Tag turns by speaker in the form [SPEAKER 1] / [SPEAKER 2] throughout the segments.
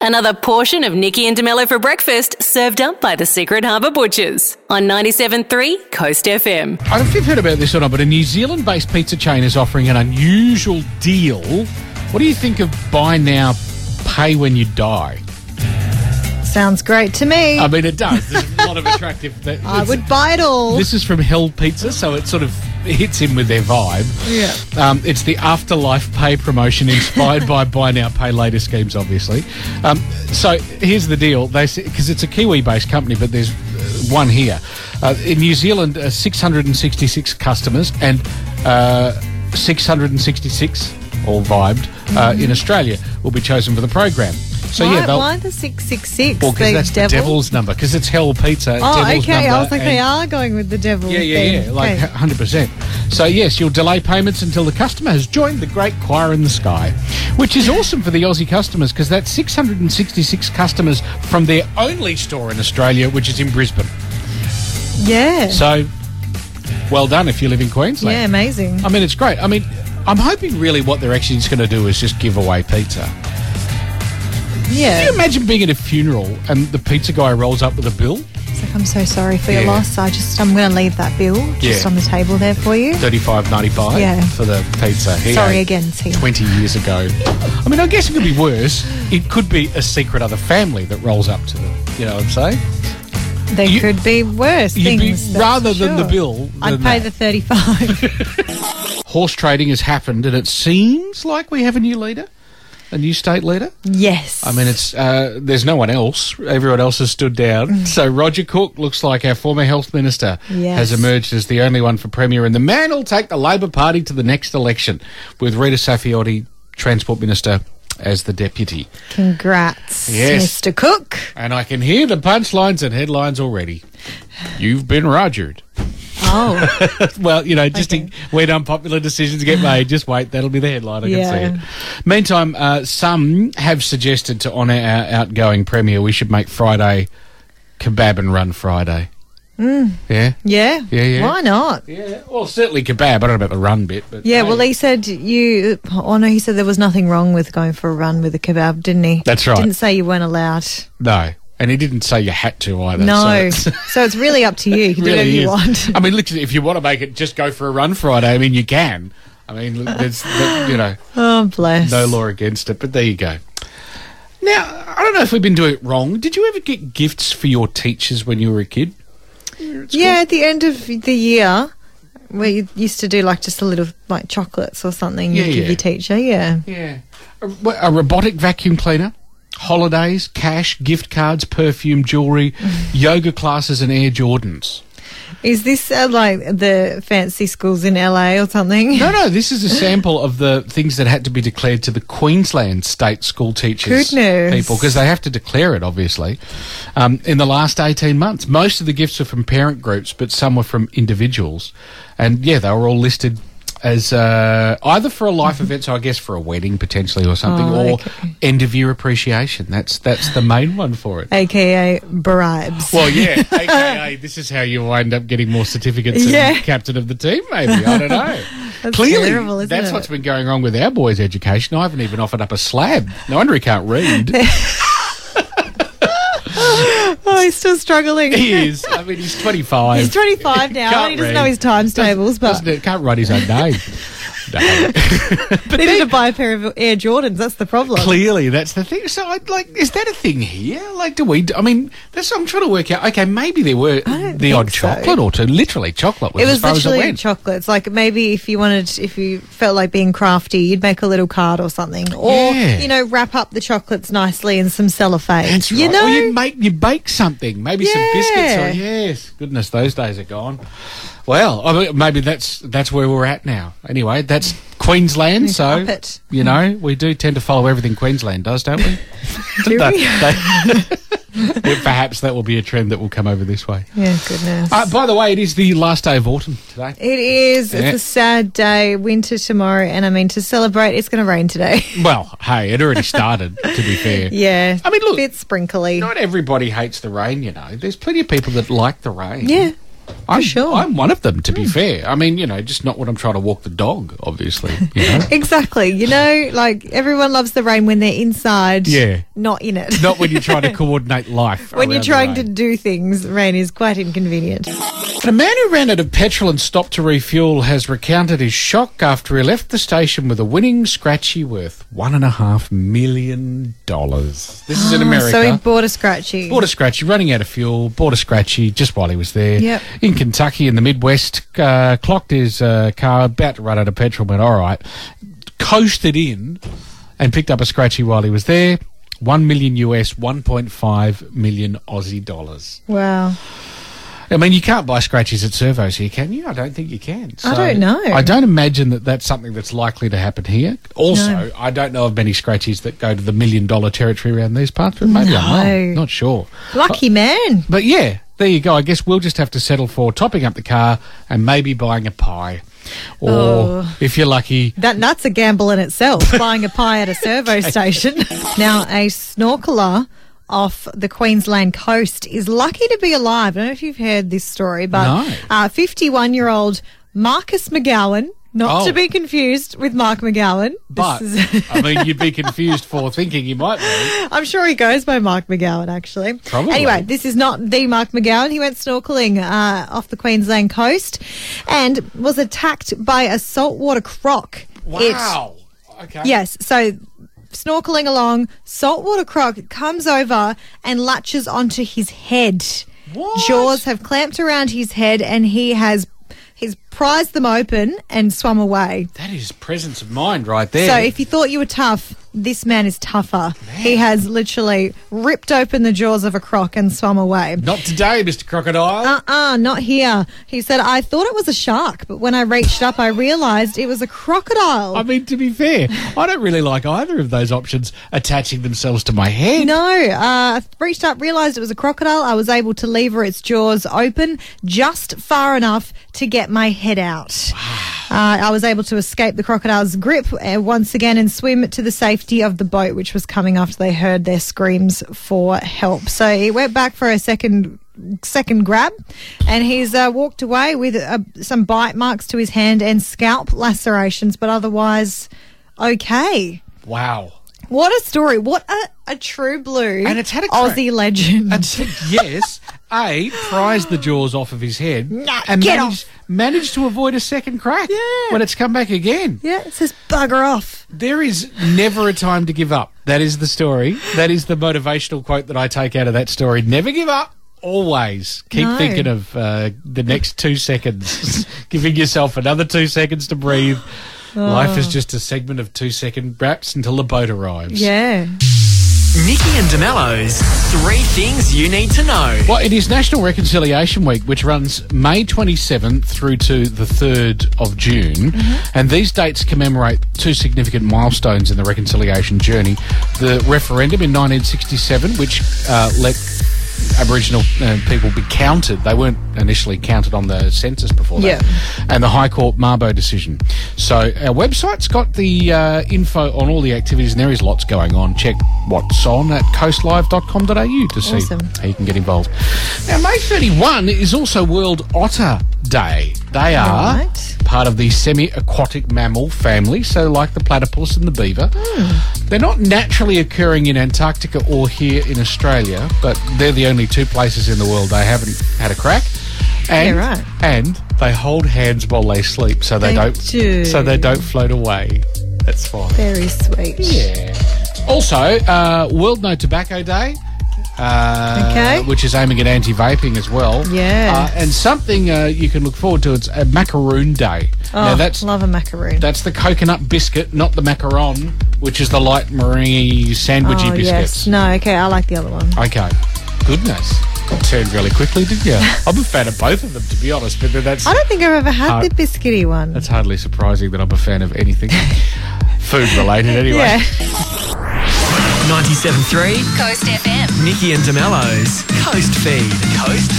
[SPEAKER 1] Another portion of Nikki and DeMello for breakfast served up by the Secret Harbour Butchers on 97.3 Coast FM.
[SPEAKER 2] I don't know if you've heard about this or not, but a New Zealand based pizza chain is offering an unusual deal. What do you think of buy now, pay when you die?
[SPEAKER 3] Sounds great to me.
[SPEAKER 2] I mean, it does. There's a lot of attractive.
[SPEAKER 3] I would buy it all.
[SPEAKER 2] This is from Hell Pizza, so it sort of hits him with their vibe. Yeah. Um, it's the afterlife pay promotion inspired by buy now, pay later schemes, obviously. Um, so here's the deal. They because it's a Kiwi-based company, but there's uh, one here uh, in New Zealand. Uh, 666 customers and uh, 666 all vibed uh,
[SPEAKER 3] Mm-hmm.
[SPEAKER 2] in Australia will be chosen for the program. So
[SPEAKER 3] why,
[SPEAKER 2] yeah, they'll.
[SPEAKER 3] why the 666?
[SPEAKER 2] Well, because
[SPEAKER 3] the
[SPEAKER 2] that's
[SPEAKER 3] devil?
[SPEAKER 2] the devil's number. Because it's hell pizza.
[SPEAKER 3] Oh,
[SPEAKER 2] devil's
[SPEAKER 3] okay.
[SPEAKER 2] Number,
[SPEAKER 3] I was like,
[SPEAKER 2] and-
[SPEAKER 3] they are going with the devil.
[SPEAKER 2] Yeah, yeah,
[SPEAKER 3] then.
[SPEAKER 2] yeah. Like
[SPEAKER 3] Okay.
[SPEAKER 2] hundred percent. So yes, you'll delay payments until the customer has joined the great choir in the sky, which is awesome for the Aussie customers because that's six hundred and sixty-six customers from their only store in Australia, which is in Brisbane.
[SPEAKER 3] yeah.
[SPEAKER 2] So, well done if you live in Queensland.
[SPEAKER 3] yeah, amazing.
[SPEAKER 2] I mean, it's great. I mean, I'm hoping really what they're actually just going to do is just give away pizza. Can
[SPEAKER 3] Yeah.
[SPEAKER 2] you imagine being at a funeral and the pizza guy rolls up with a bill?
[SPEAKER 3] It's like, I'm so sorry for
[SPEAKER 2] Yeah.
[SPEAKER 3] your loss. I just, I'm going to leave that bill just
[SPEAKER 2] Yeah.
[SPEAKER 3] on the table there for you.
[SPEAKER 2] Thirty-five ninety-five
[SPEAKER 3] Yeah.
[SPEAKER 2] for the pizza. Here
[SPEAKER 3] Sorry
[SPEAKER 2] you go.
[SPEAKER 3] again, see.
[SPEAKER 2] 20 years ago. I mean, I guess it could be worse. It could be a secret other family that rolls up to them. You know what I'm saying?
[SPEAKER 3] There
[SPEAKER 2] you-
[SPEAKER 3] could be worse
[SPEAKER 2] you'd be-
[SPEAKER 3] things. that's
[SPEAKER 2] rather
[SPEAKER 3] for
[SPEAKER 2] than the
[SPEAKER 3] sure.
[SPEAKER 2] bill,
[SPEAKER 3] I'd
[SPEAKER 2] than
[SPEAKER 3] pay
[SPEAKER 2] that.
[SPEAKER 3] the 35.
[SPEAKER 2] Horse trading has happened, and it seems like we have a new leader, a new state leader.
[SPEAKER 3] yes.
[SPEAKER 2] I mean, it's uh, there's no one else. Everyone else has stood down. So Roger Cook looks like our former health minister
[SPEAKER 3] Yes.
[SPEAKER 2] has emerged as the only one for premier, and the man will take the Labor Party to the next election with Rita Safiotti, transport minister, as the deputy.
[SPEAKER 3] Congrats,
[SPEAKER 2] Yes.
[SPEAKER 3] Mr. Cook.
[SPEAKER 2] And I can hear the punchlines and headlines already. You've been Rogered.
[SPEAKER 3] Oh,
[SPEAKER 2] Well, you know, just
[SPEAKER 3] Okay.
[SPEAKER 2] in, when unpopular decisions get made, just wait. That'll be the headline. I
[SPEAKER 3] Yeah.
[SPEAKER 2] can see it. Meantime, uh, some have suggested to honour our outgoing premier, we should make Friday kebab and run Friday.
[SPEAKER 3] Mm.
[SPEAKER 2] Yeah,
[SPEAKER 3] yeah.
[SPEAKER 2] Yeah, yeah.
[SPEAKER 3] Why not?
[SPEAKER 2] yeah. Well, certainly kebab. I don't know about the run bit, but
[SPEAKER 3] Yeah, well,
[SPEAKER 2] maybe.
[SPEAKER 3] he said you. Oh no, he said there was nothing wrong with going for a run with a kebab, didn't he?
[SPEAKER 2] That's right.
[SPEAKER 3] Didn't say you weren't allowed.
[SPEAKER 2] no. And he didn't say you had to either. so
[SPEAKER 3] No, so,
[SPEAKER 2] it's-
[SPEAKER 3] it's really up to you. You can do whatever
[SPEAKER 2] really
[SPEAKER 3] you
[SPEAKER 2] is.
[SPEAKER 3] want.
[SPEAKER 2] I mean, literally, if you want to make it, just go for a run Friday. I mean, you can. I mean, there's, you know.
[SPEAKER 3] Oh bless.
[SPEAKER 2] no law against it, but there you go. Now, I don't know if we've been doing it wrong. Did you ever get gifts for your teachers when you were a kid?
[SPEAKER 3] Yeah, at the end of the year, we used to do like just a little like chocolates or something.
[SPEAKER 2] Yeah,
[SPEAKER 3] you give
[SPEAKER 2] yeah.
[SPEAKER 3] your teacher. Yeah.
[SPEAKER 2] Yeah. A, what, a robotic vacuum cleaner, holidays, cash, gift cards, perfume, jewellery, yoga classes, and Air Jordans.
[SPEAKER 3] Is this uh, like the fancy schools in LA or something?
[SPEAKER 2] No, no, this is a sample of the things that had to be declared to the Queensland state school teachers
[SPEAKER 3] Goodness.
[SPEAKER 2] people because they have to declare it, obviously. Um, in the last eighteen months, most of the gifts were from parent groups, but some were from individuals, and yeah, they were all listed as uh, either for a life event, so I guess for a wedding potentially or something,
[SPEAKER 3] Mm-hmm. Oh,
[SPEAKER 2] or
[SPEAKER 3] okay.
[SPEAKER 2] end of year appreciation. That's that's the main one for it.
[SPEAKER 3] AKA bribes.
[SPEAKER 2] Well, yeah, aka this is how you wind up getting more certificates and
[SPEAKER 3] Yeah.
[SPEAKER 2] captain of the team, maybe. I don't know.
[SPEAKER 3] That's
[SPEAKER 2] Clearly,
[SPEAKER 3] terrible, isn't
[SPEAKER 2] that's
[SPEAKER 3] it?
[SPEAKER 2] what's been going wrong with our boys' education. I haven't even offered up a slab. No wonder he can't read.
[SPEAKER 3] oh, he's still struggling.
[SPEAKER 2] he is. I mean, he's 25.
[SPEAKER 3] He's 25 now,
[SPEAKER 2] Can't
[SPEAKER 3] and he doesn't
[SPEAKER 2] read.
[SPEAKER 3] know his times tables, but
[SPEAKER 2] Doesn't it? Can't write his own name. No.
[SPEAKER 3] needed to buy a pair of Air Jordans. That's the problem.
[SPEAKER 2] Clearly, that's the thing. So, I'd like, is that a thing here? Like, do we? I mean, that's. I'm trying to work out. Okay, maybe there were
[SPEAKER 3] don't
[SPEAKER 2] the
[SPEAKER 3] think
[SPEAKER 2] odd
[SPEAKER 3] so.
[SPEAKER 2] chocolate or two. Literally, chocolate was,
[SPEAKER 3] It
[SPEAKER 2] as
[SPEAKER 3] was
[SPEAKER 2] far as it
[SPEAKER 3] literally
[SPEAKER 2] went.
[SPEAKER 3] chocolates. Like maybe if you wanted, if you felt like being crafty, you'd make a little card or something, or
[SPEAKER 2] Yeah.
[SPEAKER 3] you know, wrap up the chocolates nicely in some cellophane.
[SPEAKER 2] That's right.
[SPEAKER 3] You know,
[SPEAKER 2] or you make you bake something, maybe some biscuits. Or,
[SPEAKER 3] Yeah.
[SPEAKER 2] yes, goodness, those days are gone. Well, I mean, maybe that's that's where we're at now. Anyway, that's Queensland, so
[SPEAKER 3] up it.
[SPEAKER 2] you know we do tend to follow everything Queensland does, don't we?
[SPEAKER 3] do
[SPEAKER 2] That-
[SPEAKER 3] we?
[SPEAKER 2] that- perhaps that will be a trend that will come over this way.
[SPEAKER 3] yeah, goodness.
[SPEAKER 2] Uh, by the way, it is the last day of autumn today.
[SPEAKER 3] it is.
[SPEAKER 2] Yeah.
[SPEAKER 3] It's a sad day. Winter tomorrow, and I mean to celebrate, it's going to rain today.
[SPEAKER 2] Well, hey, it already started. to be fair,
[SPEAKER 3] yeah,
[SPEAKER 2] I mean, look-
[SPEAKER 3] a bit sprinkly.
[SPEAKER 2] not everybody hates the rain. You know, there's plenty of people that like the rain.
[SPEAKER 3] yeah,
[SPEAKER 2] I'm,
[SPEAKER 3] sure. Hmm.
[SPEAKER 2] I'm one of them, to be fair. I mean, you know, just not when I'm trying to walk the dog, obviously. You know?
[SPEAKER 3] Exactly. You know, like everyone loves the rain when they're inside,
[SPEAKER 2] Yeah.
[SPEAKER 3] not in it.
[SPEAKER 2] not when you're trying to coordinate life.
[SPEAKER 3] when you're
[SPEAKER 2] around the
[SPEAKER 3] trying to
[SPEAKER 2] rain.
[SPEAKER 3] do things, rain is quite inconvenient.
[SPEAKER 2] But a man who ran out of petrol and stopped to refuel has recounted his shock after he left the station with a winning scratchy worth one and a half million dollars. This is in America.
[SPEAKER 3] Oh, So he bought a scratchy.
[SPEAKER 2] Bought a scratchy, running out of fuel. Bought a scratchy just while he was there.
[SPEAKER 3] Yep.
[SPEAKER 2] In Kentucky, in the Midwest, uh, clocked his uh, car, about to run out of petrol, went, all right. Coasted in and picked up a scratchy while he was there. 1 million US, 1.5 million Aussie dollars.
[SPEAKER 3] wow.
[SPEAKER 2] I mean, you can't buy scratchies at servos here, can you? I don't think you can.
[SPEAKER 3] I don't know.
[SPEAKER 2] I don't imagine that that's something that's likely to happen here. Also, I don't know of many scratchies that go to the million dollar territory around these parts, but maybe I'm
[SPEAKER 3] No.
[SPEAKER 2] wrong. Not sure.
[SPEAKER 3] Lucky man.
[SPEAKER 2] But yeah, there you go. I guess we'll just have to settle for topping up the car and maybe buying a pie. Or
[SPEAKER 3] Oh.
[SPEAKER 2] if you're lucky,
[SPEAKER 3] That that's a gamble in itself. buying a pie at a servo station. Now a snorkeler off the Queensland coast is lucky to be alive. I don't know if you've heard this story,
[SPEAKER 2] No.
[SPEAKER 3] but uh, fifty-one-year-old Marcus McGowan, not
[SPEAKER 2] Oh.
[SPEAKER 3] to be confused with Mark McGowan. This
[SPEAKER 2] but
[SPEAKER 3] is-
[SPEAKER 2] I mean, you'd be confused for thinking you might be.
[SPEAKER 3] I'm sure he goes by Mark McGowan, actually.
[SPEAKER 2] Probably.
[SPEAKER 3] Anyway, this is not the Mark McGowan. He went snorkeling uh, off the Queensland coast and was attacked by a saltwater croc. It-
[SPEAKER 2] Wow. okay.
[SPEAKER 3] yes, so snorkeling along, saltwater croc comes over and latches onto his head.
[SPEAKER 2] What?
[SPEAKER 3] Jaws have clamped around his head and he has he's prized them open and swum away.
[SPEAKER 2] That is presence of mind right there.
[SPEAKER 3] So if you thought you were tough, this man is tougher. He has literally ripped open the jaws of a croc and swum away.
[SPEAKER 2] Not today, Mr. Crocodile.
[SPEAKER 3] Uh-uh, not here. He said, I thought it was a shark, but when I reached up, I realized it was a crocodile.
[SPEAKER 2] I mean, to be fair, I don't really like either of those options attaching themselves to my head.
[SPEAKER 3] no, uh, I reached up, realized it was a crocodile. I was able to lever its jaws open just far enough to get my head out. Uh, I was able to escape the crocodile's grip uh, once again and swim to the safety of the boat, which was coming after they heard their screams for help. So he went back for a second second grab and he's uh, walked away with uh, some bite marks to his hand and scalp lacerations, but otherwise okay.
[SPEAKER 2] Wow.
[SPEAKER 3] What a story. What a, a true blue
[SPEAKER 2] And it's had a crack.
[SPEAKER 3] Aussie legend.
[SPEAKER 2] And said yes, A, prized the jaws off of his head
[SPEAKER 3] Nah,
[SPEAKER 2] and
[SPEAKER 3] get
[SPEAKER 2] managed, managed to avoid a second crack when it's come back again.
[SPEAKER 3] yeah, it says bugger off.
[SPEAKER 2] There is never a time to give up. That is the story. That is the motivational quote that I take out of that story. Never give up. Always keep
[SPEAKER 3] No.
[SPEAKER 2] thinking of uh, the next two seconds, giving yourself another two seconds to breathe. Life is just a segment of two second wraps until the boat arrives.
[SPEAKER 3] Yeah.
[SPEAKER 4] Nikki and DeMello's three things you need to know.
[SPEAKER 2] Well, it is National Reconciliation Week, which runs May 27th through to the 3rd of June. And these dates commemorate two significant milestones in the reconciliation journey the referendum in 1967, which uh, let Aboriginal uh, people be counted. They weren't initially counted on the census before that. And the High Court Marbo decision. So our website's got the uh, info on all the activities, and there is lots going on. Check what's on at coastlive.com.au to see
[SPEAKER 3] Awesome.
[SPEAKER 2] how you can get involved. Now, May 31 is also World Otter Day. They are
[SPEAKER 3] Right.
[SPEAKER 2] part of the semi aquatic mammal family, so like the platypus and the beaver.
[SPEAKER 3] Hmm.
[SPEAKER 2] They're not naturally occurring in Antarctica or here in Australia, but they're the only two places in the world they haven't had a crack. And,
[SPEAKER 3] Yeah, right.
[SPEAKER 2] and they hold hands while they sleep, so they,
[SPEAKER 3] They
[SPEAKER 2] don't
[SPEAKER 3] do.
[SPEAKER 2] so they don't float away. That's fine.
[SPEAKER 3] Very sweet.
[SPEAKER 2] Yeah. Also, uh, World No Tobacco Day. Uh,
[SPEAKER 3] Okay.
[SPEAKER 2] Which is aiming at anti vaping as well.
[SPEAKER 3] Yeah.
[SPEAKER 2] Uh, and something uh, you can look forward to it's a macaroon day.
[SPEAKER 3] Oh,
[SPEAKER 2] now that's
[SPEAKER 3] love a macaroon.
[SPEAKER 2] that's the coconut biscuit, not the macaron, which is the light maringy sandwichy
[SPEAKER 3] oh,
[SPEAKER 2] biscuits.
[SPEAKER 3] yes. No, okay, I like the other one.
[SPEAKER 2] Okay. Goodness. Got turned really quickly, didn't you? I'm a fan of both of them, to be honest, but that's
[SPEAKER 3] I don't think I've ever had
[SPEAKER 2] Uh,
[SPEAKER 3] the biscuity one.
[SPEAKER 2] that's hardly surprising that I'm a fan of anything food related anyway.
[SPEAKER 3] yeah.
[SPEAKER 4] 97.3,
[SPEAKER 5] Coast FM.
[SPEAKER 4] Nikki and DeMello's Coast Feed. Coast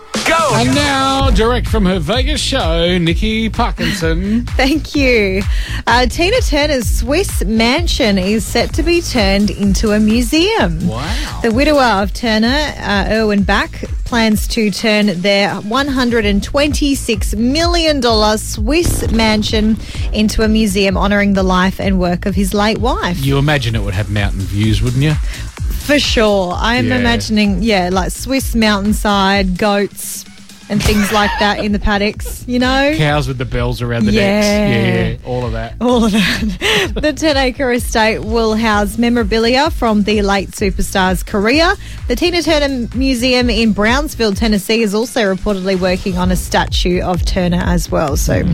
[SPEAKER 4] Feed. go.
[SPEAKER 2] And now, direct from her Vegas show, Nikki Parkinson.
[SPEAKER 3] Thank you. Uh, Tina Turner's Swiss mansion is set to be turned into a museum.
[SPEAKER 2] Wow.
[SPEAKER 3] The widower of Turner, uh, Erwin Back, plans to turn their $126 million Swiss mansion into a museum honoring the life and work of his late wife.
[SPEAKER 2] You imagine it would have mountain views, wouldn't you?
[SPEAKER 3] For sure. I'm
[SPEAKER 2] Yeah.
[SPEAKER 3] imagining, yeah, like Swiss mountainside, goats, and things like that in the paddocks, you know?
[SPEAKER 2] Cows with the bells around the
[SPEAKER 3] Yeah.
[SPEAKER 2] necks. Yeah, all of that.
[SPEAKER 3] all of that. the 10 acre estate will house memorabilia from the late superstar's career. The Tina Turner Museum in Brownsville, Tennessee is also reportedly working on a statue of Turner as well. So.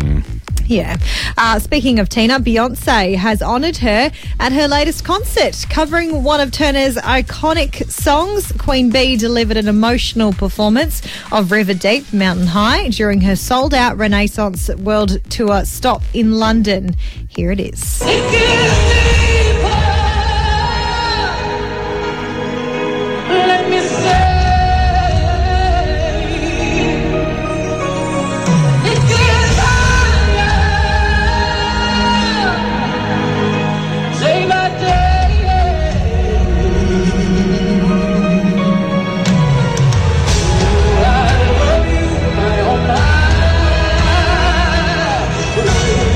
[SPEAKER 3] Yeah. Uh, speaking of Tina, Beyonce has honoured her at her latest concert, covering one of Turner's iconic songs. Queen Bee delivered an emotional performance of River Deep Mountain High during her sold out Renaissance World Tour stop in London. Here it is.
[SPEAKER 5] It gets deeper. Let me say. It gets higher. Day by day. I love you my whole life.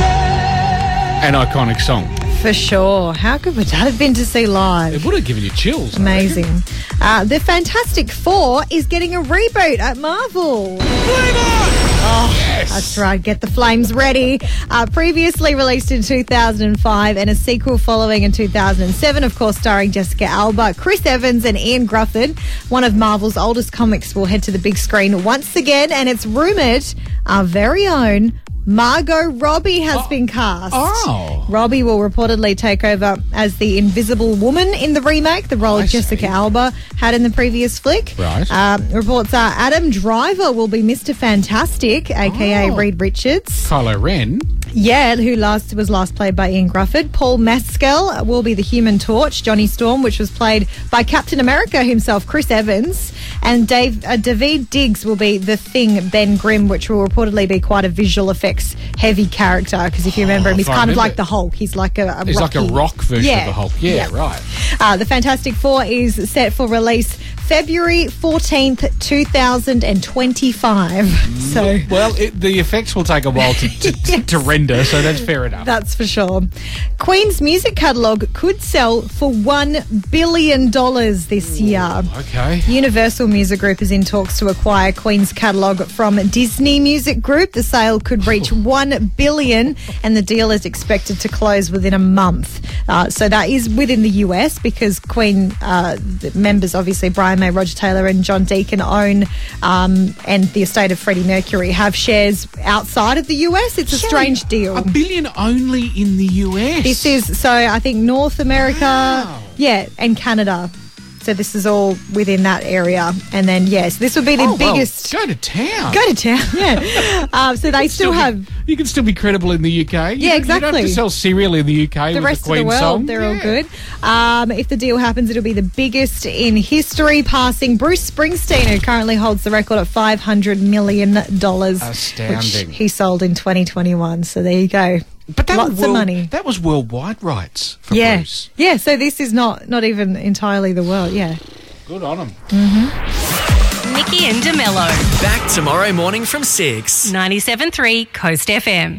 [SPEAKER 2] An iconic song.
[SPEAKER 3] For sure. How good would that have been to see live?
[SPEAKER 2] It would have given you chills. I
[SPEAKER 3] Amazing. Uh, the Fantastic Four is getting a reboot at Marvel. Oh, That's right. Get the flames ready. Uh, previously released in 2005 and a sequel following in 2007, of course, starring Jessica Alba, Chris Evans, and Ian Gruffin. One of Marvel's oldest comics will head to the big screen once again, and it's rumored our very own Margot Robbie has been cast.
[SPEAKER 2] Oh.
[SPEAKER 3] Robbie will reportedly take over as the Invisible Woman in the remake, the role
[SPEAKER 2] I see.
[SPEAKER 3] Jessica Alba had in the previous flick.
[SPEAKER 2] Right.
[SPEAKER 3] Um, reports are Adam Driver will be Mr. Fantastic, aka
[SPEAKER 2] Oh.
[SPEAKER 3] Reed Richards.
[SPEAKER 2] Kylo Ren.
[SPEAKER 3] Yeah, who last was last played by Ian Grufford. Paul Maskell will be the Human Torch, Johnny Storm, which was played by Captain America himself, Chris Evans, and Dave uh, David Diggs will be the Thing, Ben Grimm, which will reportedly be quite a visual effects heavy character because if you remember him,
[SPEAKER 2] if
[SPEAKER 3] he's
[SPEAKER 2] Oh, I
[SPEAKER 3] kind of
[SPEAKER 2] remember-
[SPEAKER 3] like the Hulk. He's like a, a
[SPEAKER 2] It's like a
[SPEAKER 3] rocky-
[SPEAKER 2] rock version
[SPEAKER 3] Yeah.
[SPEAKER 2] of the Hulk. Yeah, right.
[SPEAKER 3] Uh, the Fantastic Four is set for release February 14th, 2025. So
[SPEAKER 2] Well, it, the effects will take a while to, to, to- to render, so that's fair enough.
[SPEAKER 3] that's for sure. Queen's music catalogue could sell for $1 billion this year.
[SPEAKER 2] okay.
[SPEAKER 3] Universal Music Group is in talks to acquire Queen's catalogue from Disney Music Group. The sale could reach one billion, and the deal is expected to close within a month. Uh, so that is within the US because Queen uh, the members, obviously Brian May, Roger Taylor, and John Deacon own, um, and the estate of Freddie Mercury have shares outside of the US. It's a
[SPEAKER 2] Sorry,
[SPEAKER 3] strange deal.
[SPEAKER 2] A billion only in the US.
[SPEAKER 3] This is so I think North America, yeah, and Canada. So this is all within that area, and then yes, this would be the
[SPEAKER 2] Oh, well,
[SPEAKER 3] biggest.
[SPEAKER 2] go to town.
[SPEAKER 3] go to town, yeah. um, so they still
[SPEAKER 2] be-
[SPEAKER 3] have
[SPEAKER 2] You can still be credible in the UK. You don't- You don't have
[SPEAKER 3] exactly.
[SPEAKER 2] to sell cereal in the UK.
[SPEAKER 3] the
[SPEAKER 2] with
[SPEAKER 3] rest
[SPEAKER 2] the Queen
[SPEAKER 3] of the world.
[SPEAKER 2] song.
[SPEAKER 3] They're all
[SPEAKER 2] Yeah.
[SPEAKER 3] good. Um, if the deal happens, it'll be the biggest in history, passing Bruce Springsteen, who currently holds the record at five hundred million dollars,
[SPEAKER 2] Astounding.
[SPEAKER 3] which he sold in twenty twenty one. So there you go.
[SPEAKER 2] But that
[SPEAKER 3] lots
[SPEAKER 2] was world,
[SPEAKER 3] of money.
[SPEAKER 2] That was worldwide rights for
[SPEAKER 3] Yeah,
[SPEAKER 2] Bruce.
[SPEAKER 3] yeah. So this is not not even entirely the world. Yeah.
[SPEAKER 2] Good on him.
[SPEAKER 1] Nikki and DeMello,
[SPEAKER 4] Back tomorrow morning from 6.
[SPEAKER 1] 97.3 Coast FM.